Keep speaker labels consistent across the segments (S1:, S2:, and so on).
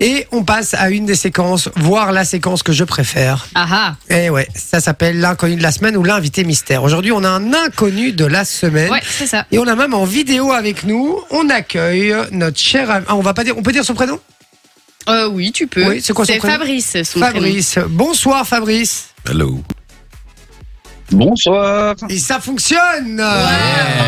S1: Et on passe à une des séquences, voire la séquence que je préfère.
S2: Ah ah.
S1: Et ouais, ça s'appelle l'inconnu de la semaine ou l'invité mystère. Aujourd'hui, on a un inconnu de la semaine.
S2: Ouais, c'est ça.
S1: Et on a même en vidéo avec nous, on accueille notre cher ami. Ah, on va pas dire, on peut dire son prénom
S2: Euh, oui, tu peux.
S1: Oui, c'est quoi son prénom
S2: Fabrice, son prénom.
S1: Fabrice. Bonsoir Fabrice.
S3: Hello.
S4: Bonsoir.
S1: Et ça fonctionne Ah,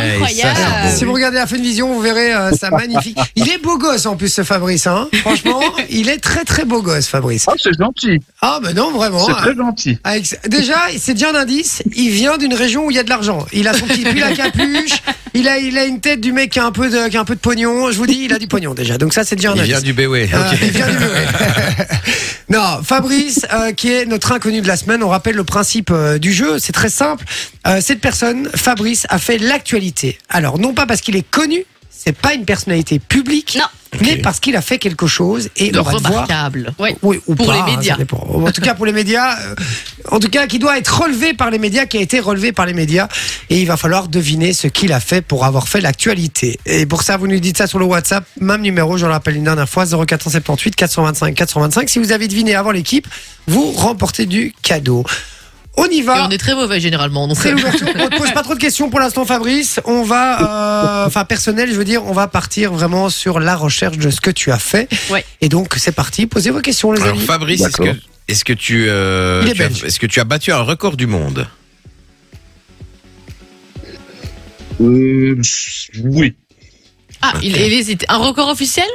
S2: Ouais, incroyable.
S3: ça, c'est
S1: Si vous regardez la fin de vision, vous verrez euh, ça magnifique. Il est beau gosse en plus ce Fabrice. Hein. Franchement, il est très très beau gosse Fabrice.
S4: Ah, c'est gentil.
S1: Ah ben non vraiment.
S4: C'est très gentil.
S1: Avec- Ah, Déjà, c'est déjà un indice. Il vient d'une région où il y a de l'argent. Il a son petit pull à capuche. Il a, il a une tête du mec qui a un peu de, qui a un peu de pognon. Je vous dis, il a du pognon déjà. Donc ça, c'est déjà un
S3: Il
S1: indice.
S3: vient du Béoué.
S1: Euh, il vient du Béoué. non, Fabrice, euh, qui est notre inconnu de la semaine. On rappelle le principe euh, du jeu. C'est très simple. Euh, cette personne, Fabrice, a fait l'actualité. Alors non pas parce qu'il est connu. C'est pas une personnalité publique.
S2: Non.
S1: Mais
S3: Ok.
S1: parce qu'il a fait quelque chose et
S2: De
S1: on va devoir
S2: remarquable. Ouais.
S1: oui, ou
S2: Pour
S1: pas,
S2: les
S1: hein, ça
S2: médias.
S1: dépend. en tout cas, pour les médias. euh, en tout cas, qui doit être relevé par les médias, qui a été relevé par les médias. Et il va falloir deviner ce qu'il a fait pour avoir fait l'actualité. Et pour ça, vous nous dites ça sur le WhatsApp. Même numéro, je le rappelle une dernière fois, 0478 425 425. Si vous avez deviné avant l'équipe, vous remportez du cadeau. On y
S2: Et
S1: va.
S2: on est très mauvais généralement. Donc euh,
S1: C'est l'ouverture. On ne pose pas trop de questions pour l'instant, Fabrice. On va, euh, enfin personnel, je veux dire, on va partir vraiment sur la recherche de ce que tu as fait.
S2: Ouais.
S1: Et donc c'est parti. Posez vos questions, les
S3: Alors
S1: amis.
S3: Fabrice, est-ce que,
S4: D'accord.
S3: est-ce que tu, euh,
S1: Il est
S3: tu as-
S1: belge.
S3: est-ce que tu as battu un record du monde
S4: Euh, pff, oui.
S2: Ah, il, il hésite. Un record officiel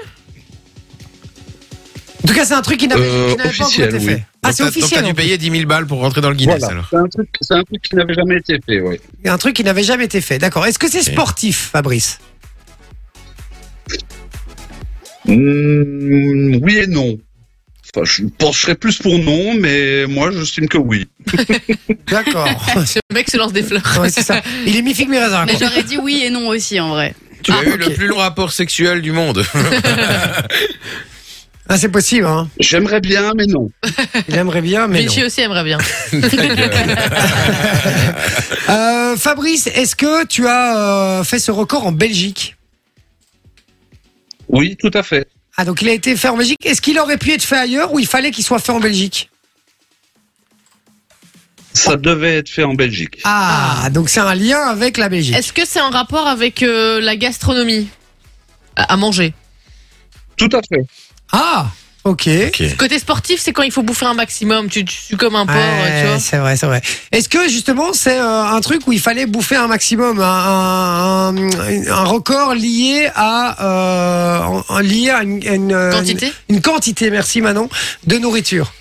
S1: En tout cas, c'est un truc qui n'avait
S4: Euh,
S1: qui n'avait pas encore
S4: officiel,
S1: été
S4: oui.
S1: fait. Ah,
S3: Donc
S1: c'est
S3: t'as- donc
S1: officiel.
S3: T'as dû
S1: donc.
S3: payer 10 000 balles pour rentrer dans le Guinness
S4: Voilà.
S3: alors.
S4: C'est un truc, c'est un truc qui n'avait jamais été fait, ouais.
S1: Et Un truc qui n'avait jamais été fait. D'accord. Est-ce que c'est
S3: Ok.
S1: sportif, Fabrice
S4: Mm, oui et non. Enfin, je pencherais plus pour non, mais moi, j'estime que oui.
S1: D'accord.
S2: Ce mec se lance des fleurs.
S1: Ouais, c'est ça. Il est mi figue mi raisin.
S5: Mais
S1: quoi.
S5: j'aurais dit oui et non aussi en vrai.
S3: Tu
S1: Ah,
S3: as eu
S1: ok.
S3: le plus long rapport sexuel du monde.
S1: Ah, c'est possible. Hein.
S4: J'aimerais bien, mais non.
S1: Il aimerait bien, mais non.
S2: Vichy aussi aimerait bien.
S1: Euh, Fabrice, est-ce que tu as euh, fait ce record en Belgique
S4: Oui, tout à fait.
S1: Ah, donc il a été fait en Belgique. Est-ce qu'il aurait pu être fait ailleurs ou il fallait qu'il soit fait en Belgique
S4: Ça devait être fait en Belgique.
S1: Ah, donc c'est un lien avec la Belgique.
S2: Est-ce que c'est en rapport avec euh, la gastronomie à, à manger
S4: Tout à fait.
S1: Ah, ok.
S3: Ok.
S2: Côté sportif, c'est quand il faut bouffer un maximum. Tu, tu sues comme un porc,
S1: Ouais,
S2: euh, tu
S1: c'est vrai, c'est vrai. Est-ce que justement c'est euh, un truc où il fallait bouffer un maximum, un, un- un- un record lié à, euh, en- en- lié à une, à une, euh,
S2: vois. Quantité
S1: une- une quantité, merci Manon, de nourriture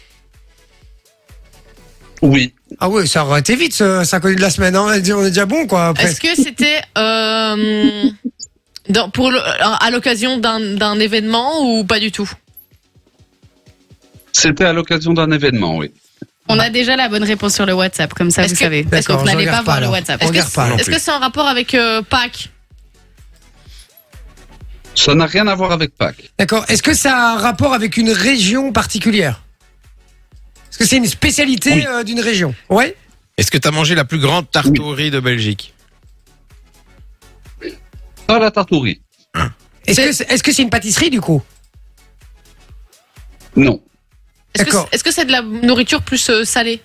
S4: Oui.
S1: Ah oui, ça aurait été vite, ce, ça connu de la semaine, hein. on est déjà- on est déjà bon quoi. Après.
S2: Est-ce que c'était euh, dans- pour le- euh, à l'occasion d'un d'un événement ou pas du tout
S4: C'était à l'occasion d'un événement, oui.
S5: On a déjà la bonne réponse sur le WhatsApp, comme ça
S2: Est-ce
S5: vous
S2: que-
S5: savez. Parce
S1: D'accord,
S5: qu'on
S1: je
S5: n'allait
S1: regarde
S5: pas
S1: pas
S5: voir le
S1: alors.
S5: WhatsApp.
S1: On
S2: Est-ce que
S1: regarde pas
S2: c'est-
S1: non
S2: est-ce que
S3: plus.
S2: c'est en rapport avec euh, Pâques
S4: Ça n'a rien à voir avec Pâques.
S1: D'accord. Est-ce que ça a un rapport avec une région particulière Est-ce que c'est une spécialité
S4: Oui.
S1: euh, d'une région Ouais.
S3: Est-ce que t'as mangé la plus grande tarte au riz de Belgique
S4: Pas la tartourie.
S1: Est-ce que c'est est-ce que c'est une pâtisserie du coup
S4: Non.
S2: Est-ce que
S1: D'accord.
S2: c'est- est-ce que c'est de la nourriture plus euh, salée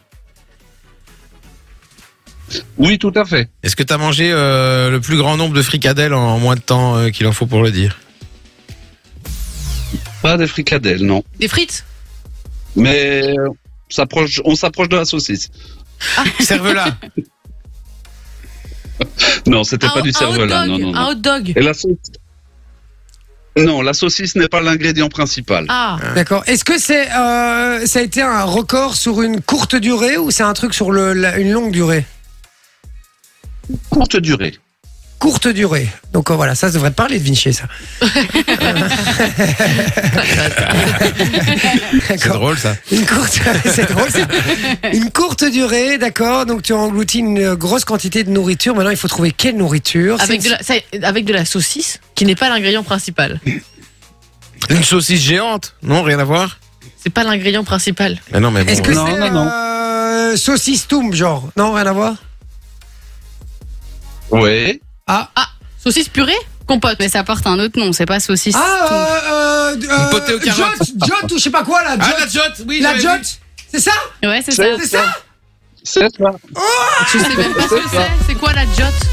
S4: Oui, tout à fait.
S3: Est-ce que t'as mangé euh, le plus grand nombre de fricadelles en moins de temps euh, qu'il en faut pour le dire
S4: Pas des fricadelles, non.
S2: Des frites
S4: Mais euh, on s'approche- on s'approche de la saucisse.
S3: Serve-la.
S4: Non, c'était
S2: un,
S4: pas du
S2: un hot
S4: cerveau-là.
S2: dog,
S4: Non, non, non.
S2: un hot dog.
S4: Et la saucisse Non, la saucisse n'est pas l'ingrédient principal.
S2: Ah,
S1: D'accord. Est-ce que c'est euh, ça a été un record sur une courte durée ou c'est un truc sur le, la- une longue durée
S4: Courte durée.
S1: Courte durée. Donc euh, voilà, ça, ça devrait te parler de Vinci, ça.
S3: c'est
S1: d'accord.
S3: drôle ça.
S1: Une courte, c'est drôle, ça. Une courte durée, d'accord. Donc tu as englouti une grosse quantité de nourriture. Maintenant, il faut trouver quelle nourriture. C'est
S2: avec
S1: une-
S2: de, la, ça- avec de la saucisse qui n'est pas l'ingrédient principal.
S3: Une saucisse géante Non, rien à voir.
S2: C'est pas l'ingrédient principal.
S3: Mais non, mais bon.
S1: Est-ce que
S4: Non,
S1: c'est
S4: non, non.
S1: euh, saucisse toum, genre Non, rien à voir.
S4: Oui.
S2: Saucisse purée Compote.
S5: Mais ça porte un autre nom, c'est pas saucisse.
S1: Ah, euh, euh, euh,
S3: Potée aux carottes.
S1: Jot, Jot ou je sais pas quoi là.
S3: Ah,
S1: Jot.
S3: la Jot, oui,
S1: la
S3: j'avais
S1: Jot,
S3: vu.
S1: c'est ça
S5: tout. Ouais, c'est ça.
S4: C'est-
S1: C'est ça
S4: C'est ça.
S2: Tu sais même pas ce que c'est. C'est quoi la jot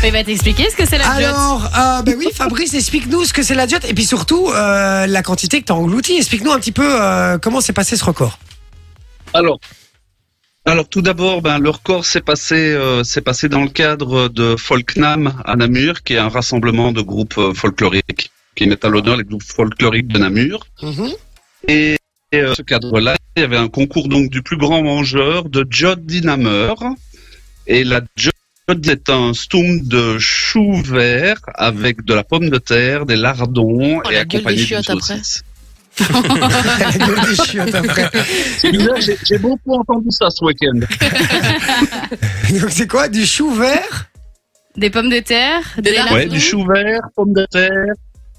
S5: Mais Il va t'expliquer ce que c'est la jotte.
S1: Alors, euh, ben oui, Fabrice, explique-nous ce que c'est la Jot et puis surtout euh, la quantité que t'as engloutie. Explique-nous un petit peu euh, comment s'est passé ce record.
S4: Alors, alors tout d'abord, ben, le record s'est passé, euh, s'est passé dans le cadre de Folknam à Namur, qui est un rassemblement de groupes euh, folkloriques qui met à l'honneur les groupes folkloriques de Namur.
S2: Mm-hmm.
S4: Et, et, euh, dans ce cadre-là, il y avait un concours donc du plus grand mangeur de Jod Dinamer. Et la Jod est un stoum de chou vert avec de la pomme de terre, des lardons
S2: Oh,
S4: et
S2: la gueule des
S4: accompagné d'une
S2: chiottes après.
S4: saucisse.
S1: La gueule des chiottes après.
S4: Là, J'ai j'ai beaucoup entendu ça ce week-end.
S1: Donc c'est quoi Du chou vert
S5: Des pommes de terre, des
S2: lardons.
S4: Ouais,
S5: lardons.
S4: du chou vert, pommes de terre,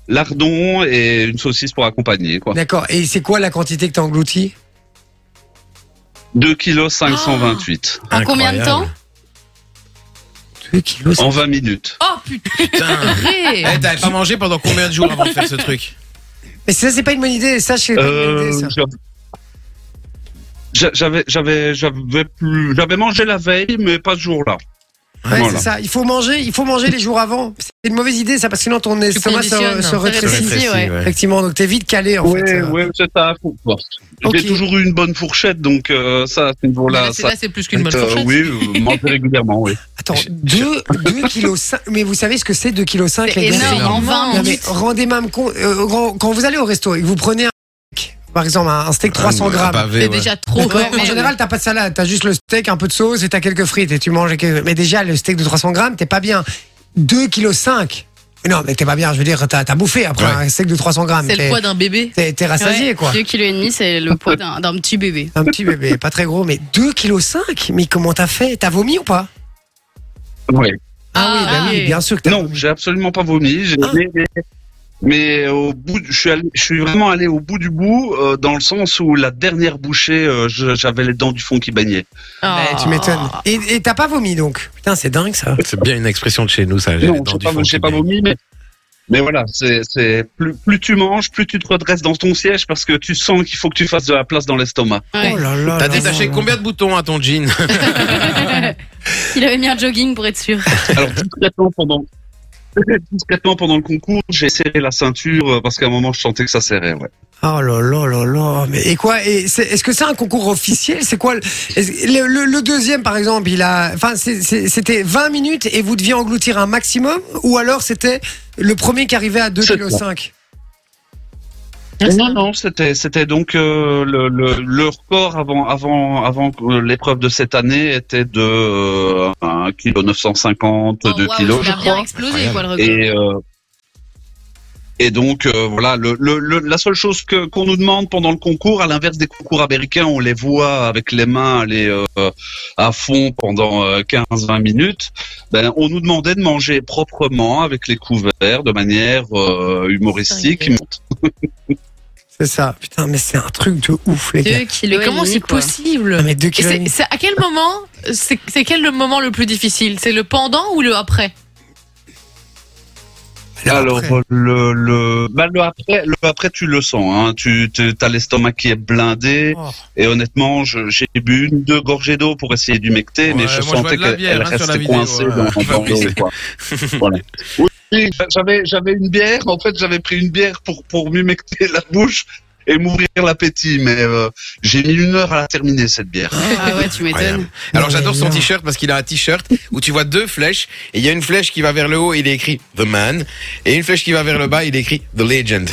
S4: lardons et une saucisse pour accompagner, quoi.
S1: D'accord. Et c'est quoi la quantité que t'as engloutie
S4: 2 kg 528
S5: En combien de temps
S1: 2 kilos.
S4: en 20 minutes.
S2: Oh putain
S3: Putain.
S2: Ré.
S3: Eh, t'avais pas mangé pendant combien de jours avant de faire ce truc
S1: Mais ça, c'est pas une bonne idée. Ça, c'est pas une bonne
S4: Euh,
S1: idée. ça.
S4: j'a- j'avais, j'avais, j'avais plus, j'avais mangé la veille, mais pas ce jour-là.
S1: Ouais,
S4: Voilà.
S1: c'est ça. Il faut manger, il faut manger les jours avant. C'est une mauvaise idée, ça, parce que sinon ton estomac se,
S2: conditionnes.
S1: se
S2: Ça
S1: rétrécit.
S2: rétrécit.
S1: Effectivement, donc t'es vite calé en fait.
S4: Ouais,
S1: Euh,
S4: ouais, c'est ça. faut- bon.
S1: Ok.
S4: J'ai toujours eu une bonne fourchette, donc euh, ça, à ce niveau-là,
S2: Là, c'est-
S4: ça.
S2: là, c'est plus qu'une bonne
S4: euh,
S2: fourchette.
S4: oui, euh, manger régulièrement, oui.
S1: Attends, 2 kg. Mais vous savez ce que c'est 2 kg
S5: C'est
S1: les gars
S5: énorme, en
S2: énorme.
S5: 20
S1: Non, mais
S5: minutes.
S1: rendez même compte, euh, quand- quand vous allez au resto et que vous prenez un steak, par exemple un un
S3: Ah,
S1: steak 300
S3: Un
S1: grammes,
S3: pavé,
S2: C'est
S3: ouais.
S2: déjà trop.
S1: D'accord.
S2: ouais,
S1: en
S2: merde.
S1: général, t'as pas de salade, t'as juste le steak, un peu de sauce et t'as quelques frites et tu manges. et que- Mais déjà, le steak de 300 grammes, t'es pas bien. 2,5 kg. Non, mais t'es pas bien, je veux dire, t'as t'as bouffé après
S3: Ouais.
S1: un steak de 300 grammes.
S2: C'est le
S1: T'es-
S2: poids d'un bébé.
S1: T'es t'es rassasié, quoi.
S5: 2,5 kg, c'est le poids d'un d'un petit bébé.
S1: Un petit bébé, pas très gros, mais 2,5 kg. Mais comment t'as fait T'as vomi ou pas
S4: Ouais.
S1: Ah oui, bah
S2: Ah,
S1: oui,
S2: oui.
S1: bien sûr que t'as
S4: Non,
S1: vomi.
S4: j'ai absolument pas vomi. j'ai-
S1: Ah.
S4: Mais, mais- mais au bout, de- je suis, allé- je suis vraiment allé au bout du bout, euh, dans le sens où la dernière bouchée, euh, je- j'avais les dents du fond qui baignaient.
S2: Ah.
S1: Ouais, Bah, tu m'étonnes. Et et t'as pas vomi donc Putain, c'est dingue ça.
S3: C'est bien une expression de chez nous, ça. j'ai les
S4: Non,
S3: dents
S4: j'ai
S3: du
S4: pas,
S3: fond
S4: j'ai
S3: qui
S4: pas
S3: baignent.
S4: vomi, mais. Mais voilà, c'est c'est- plus, plus tu manges, plus tu te redresses dans ton siège parce que tu sens qu'il faut que tu fasses de la place dans l'estomac.
S5: Ouais.
S1: Oh là là.
S3: T'as
S1: là
S3: détaché
S1: là là.
S3: combien de boutons à ton jean
S5: Il avait mis un jogging pour être sûr.
S4: Alors discrètement pendant discrètement pendant le concours, j'ai serré la ceinture euh, parce qu'à un moment je sentais que ça serrait. Ouais.
S1: Oh là là là là. Mais et quoi et c'est- Est-ce que c'est un concours officiel C'est quoi le, est-ce- le, le- le deuxième par exemple Il a, enfin c'est- c'est- c'était 20 minutes et vous deviez engloutir un maximum, ou alors c'était le premier qui arrivait à 2,5 kg.
S4: Ah, Non, non, c'était c'était donc euh, le, le, le record avant avant avant que, euh, l'épreuve de cette année était de euh, 1 kg 950,
S5: Oh,
S4: 2
S5: waouh,
S4: kilos
S5: il
S4: je
S5: a bien
S4: crois.
S5: explosé, quoi, le record.
S4: Et euh, et donc euh, voilà, le, le, le- la seule chose que qu'on nous demande pendant le concours, à l'inverse des concours américains, on les voit avec les mains aller euh, à fond pendant 15-20 minutes. Ben, on nous demandait de manger proprement avec les couverts, de manière euh, humoristique.
S2: Dingue.
S1: C'est ça. Putain, mais c'est un truc de ouf les gars.
S5: 2 kg.
S2: Mais comment c'est
S1: Ah,
S2: possible
S1: mais 2
S2: Et
S1: kilos. et
S2: c'est
S1: demi.
S2: c'est à quel moment C'est c'est quel le moment le plus difficile C'est le pendant ou le après
S4: Alors
S1: après.
S4: euh, le le bah, le après le après tu le sens hein tu as l'estomac qui est blindé
S1: Oh.
S4: et honnêtement je- j'ai bu une deux gorgées d'eau pour essayer d'humecter
S3: Ouais,
S4: mais
S3: moi,
S4: je
S3: je vois
S4: sentais
S3: de la
S4: qu'elle
S3: bière,
S4: elle
S3: hein, sur la
S4: restait
S3: vidéo,
S4: coincée
S3: voilà.
S4: dans
S3: Qui va
S4: dans l'eau
S3: pisser.
S4: quoi. Voilà. Oui, j'avais j'avais une bière en fait j'avais pris une bière pour pour m'humecter la bouche et m'ouvrir l'appétit mais euh, j'ai mis une heure à la terminer cette bière.
S5: Ah ouais, tu m'étonnes.
S3: Incroyable. Alors
S1: Mais
S3: j'adore son
S1: non.
S3: t-shirt parce qu'il a un t-shirt où tu vois deux flèches et il y a une flèche qui va vers le haut et il est écrit The Man et une flèche qui va vers le bas il est écrit The Legend.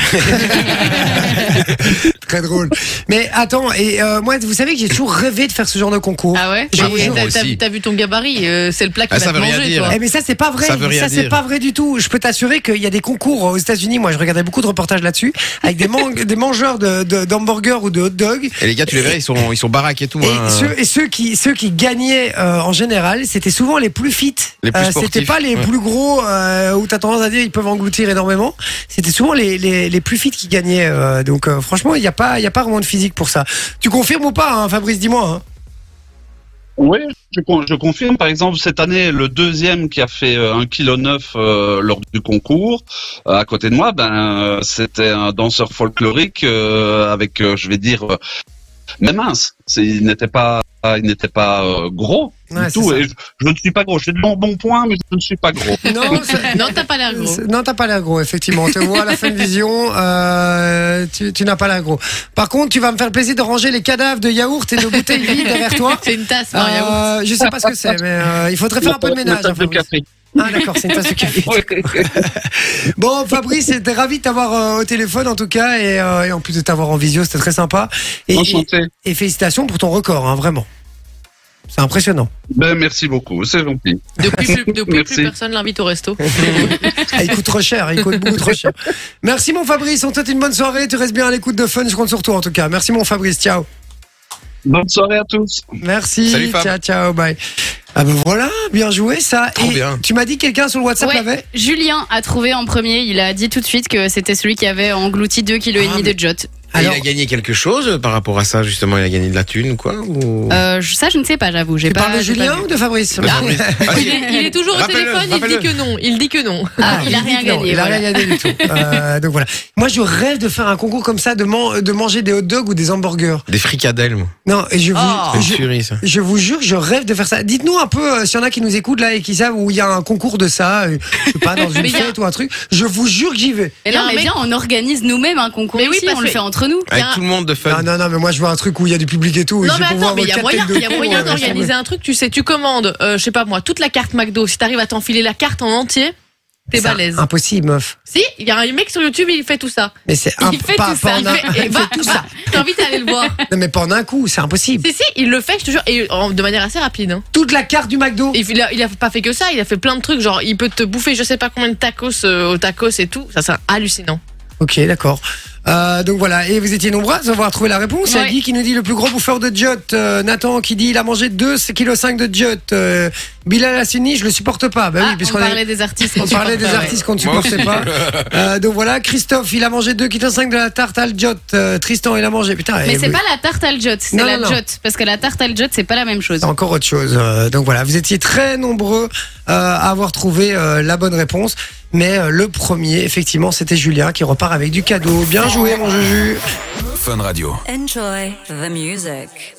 S1: Très drôle. Mais attends, et euh, moi, vous savez que j'ai toujours rêvé de faire ce genre de concours.
S2: Ah ouais
S1: J'ai-
S2: Mais
S1: j'ai-
S2: t'as- t'as-
S3: aussi.
S2: T'as vu ton gabarit euh, C'est le plat qui
S3: Ah,
S2: va
S3: ça
S2: te
S3: veut rien
S2: manger,
S3: dire.
S2: toi.
S1: Eh mais ça c'est pas vrai.
S3: Ça veut rien
S1: c'est
S3: dire.
S1: pas vrai du tout. Je peux t'assurer qu'il y a des concours aux États-Unis. Moi, je regardais beaucoup de reportages là-dessus avec des, man- des mangeurs de de- d'hamburgers ou de hot dogs.
S3: Et les gars tu les verras ils sont ils sont baraques et tout.
S1: Et,
S3: hein.
S1: ceux, et ceux qui ceux qui gagnaient euh, en général, c'était souvent les plus fit. Euh,
S3: Les plus sportifs,
S1: c'était pas les
S3: ouais.
S1: plus gros euh, où t'as tendance à dire ils peuvent engloutir énormément. C'était souvent les, les, les plus fit qui gagnaient. euh, donc euh, franchement, il n'y a pas il y a pas vraiment de physique pour ça. Tu confirmes ou pas, hein, Fabrice Dis-moi. hein.
S4: Oui, je, con- je confirme. Par exemple, cette année, le deuxième qui a fait euh, 1,9 kg euh, lors du concours, euh, à côté de moi, ben, euh, c'était un danseur folklorique euh, avec, euh, je vais dire, euh, mais mince. C'est- Il n'était pas, il n'était pas euh, gros
S1: Ouais,
S4: du
S1: c'est
S4: tout.
S1: ça.
S4: Et je, je ne suis pas gros. J'ai de bons bons points, mais je ne suis pas gros.
S1: Non, c'est-
S2: Non, t'as pas l'air gros.
S1: c'est- non, t'as pas l'air gros, effectivement. On te voit à la fin de vision, euh, tu, tu n'as pas l'air gros. Par contre, tu vas me faire le plaisir de ranger les cadavres de yaourt et de bouteilles vides derrière toi.
S2: C'est une tasse, non, yaourt.
S1: Euh, je sais pas ce que c'est, mais euh, il faudrait faire un peu de
S4: La
S1: ménage.
S4: table
S1: hein,
S4: de
S1: Fabrice.
S4: café.
S1: Ah d'accord, c'est une tasse de café. Bon, Fabrice, c'était ravi de t'avoir euh, au téléphone en tout cas, et, euh, et en plus de t'avoir en visio, c'était très sympa. Et,
S4: Enchanté.
S1: et félicitations pour ton record, hein, vraiment. C'est impressionnant.
S4: Ben, merci beaucoup. C'est gentil.
S2: Depuis, plus, depuis
S4: Merci.
S2: plus personne l'invite au resto.
S1: Ah, il coûte trop cher, il coûte beaucoup trop cher. Merci mon Fabrice, on te souhaite une bonne soirée, tu restes bien à l'écoute de Fun, je compte sur toi en tout cas. Merci mon Fabrice, ciao.
S4: Bonne soirée à tous.
S1: Merci,
S3: Salut, Fab.
S1: ciao, ciao, bye. Ah ben voilà, bien joué ça.
S3: Trop
S1: Et
S3: bien.
S1: Tu m'as dit que quelqu'un sur le WhatsApp
S5: Ouais.
S1: l'avait
S5: Julien a trouvé en premier, il a dit tout de suite que c'était celui qui avait englouti 2,5 kg
S1: Ah, mais-
S5: de jot.
S3: Et
S1: Alors,
S3: il a gagné quelque chose euh, par rapport à ça, justement. Il a gagné de la thune, quoi. Ou...
S5: Euh, je- ça, je ne sais pas, j'avoue.
S1: tu
S5: j'ai pas,
S1: parles de
S5: j'ai pas
S1: Julien
S5: vu.
S1: ou de Fabrice
S3: Bah, Fabrice. Ah, si.
S2: Il est, il est toujours au
S3: Rappelle-le,
S2: téléphone, il
S3: rappelle-le.
S2: dit que non. Il dit que non.
S5: Ah, il a rien
S1: Non,
S5: gagné.
S1: Il a
S5: voilà.
S1: rien gagné du tout. Euh, donc voilà. Moi, je rêve de faire un concours comme ça, de, man- de manger des hot dogs ou des hamburgers.
S3: Des fricadelles, moi.
S1: Non, et je vous,
S2: Oh.
S3: C'est une
S1: Ah. je,
S3: tuerie, ça.
S1: je vous jure, je rêve de faire ça. Dites-nous un peu euh, s'il y en a qui nous écoutent là et qui savent où il y a un concours de ça, euh, je sais pas, dans une
S2: Mais y a-
S1: fête ou un truc. Je vous jure que j'y vais.
S5: Mais
S2: Il y a
S5: non,
S2: un
S5: mais
S2: mec-
S5: viens, on organise nous-mêmes un concours
S2: Mais oui,
S5: ici,
S2: parce
S5: on le
S2: que-
S5: fait entre nous.
S3: Avec
S2: un-
S3: tout le monde de fun.
S1: Non, non, non, mais moi, je veux un truc où il y a du public et tout. et
S2: Non
S1: je vais
S2: mais
S1: pouvoir
S2: attends, mais
S1: me
S2: il y a
S1: cater
S2: moyen,
S1: le
S2: il y a
S1: dos,
S2: moyen
S1: euh,
S2: d'organiser un truc. Tu sais, tu commandes, euh, je sais pas moi, toute la carte McDo. Si t'arrives à t'enfiler la carte en entier, t'es
S1: c'est
S2: balèze.
S1: Impossible, meuf.
S2: Si, il y a un mec sur YouTube, il fait tout ça.
S1: Mais c'est
S5: Il
S1: un
S5: fait
S1: pas,
S5: tout
S1: pas
S5: ça,
S1: en
S5: il
S1: un-
S5: fait-
S1: il fait
S2: bah,
S1: tout
S2: bah,
S1: ça.
S2: Je t'invite à aller le voir.
S1: Non, mais pas en un coup, c'est impossible.
S2: Si si, il le fait, je te jure, et en- de manière assez rapide. hein.
S1: Toute la carte du McDo.
S2: Et Il a, il a pas fait que ça, il a fait plein de trucs, genre il peut te bouffer je sais pas combien de tacos euh, au tacos et tout. Ça c'est hallucinant.
S1: Ok, d'accord. Euh, donc voilà, et vous étiez nombreux à avoir trouvé la réponse. Il y a
S5: Ouais.
S1: Guy qui nous dit le plus gros bouffeur de jot. Euh, Nathan qui dit il a mangé 2,5 kg de jot. Euh, Bilal Hassani, je le supporte pas. Bah oui,
S5: Ah, on
S1: puisqu'on a-
S5: parlait des artistes.
S1: on parlait des
S5: supporte pas, ouais.
S1: artistes qu'on ne
S3: Moi
S1: supportait
S3: aussi.
S1: pas. Euh, donc voilà, Christophe, il a mangé 2,5 kg de la tarte al jot. Euh, Tristan, il a mangé. Putain,
S5: Mais
S1: eh,
S5: c'est
S1: vous-
S5: pas la tarte al jot, c'est
S1: Non,
S5: la
S1: non, non.
S5: jot. Parce que la tarte al jot, c'est pas la même chose.
S1: c'est encore autre chose. Euh, donc voilà, vous étiez très nombreux euh, à avoir trouvé euh, la bonne réponse. Mais euh, le premier, effectivement, c'était Julien qui repart avec du cadeau. Bien joué, mon Juju.
S6: Fun Radio.
S7: Enjoy the music.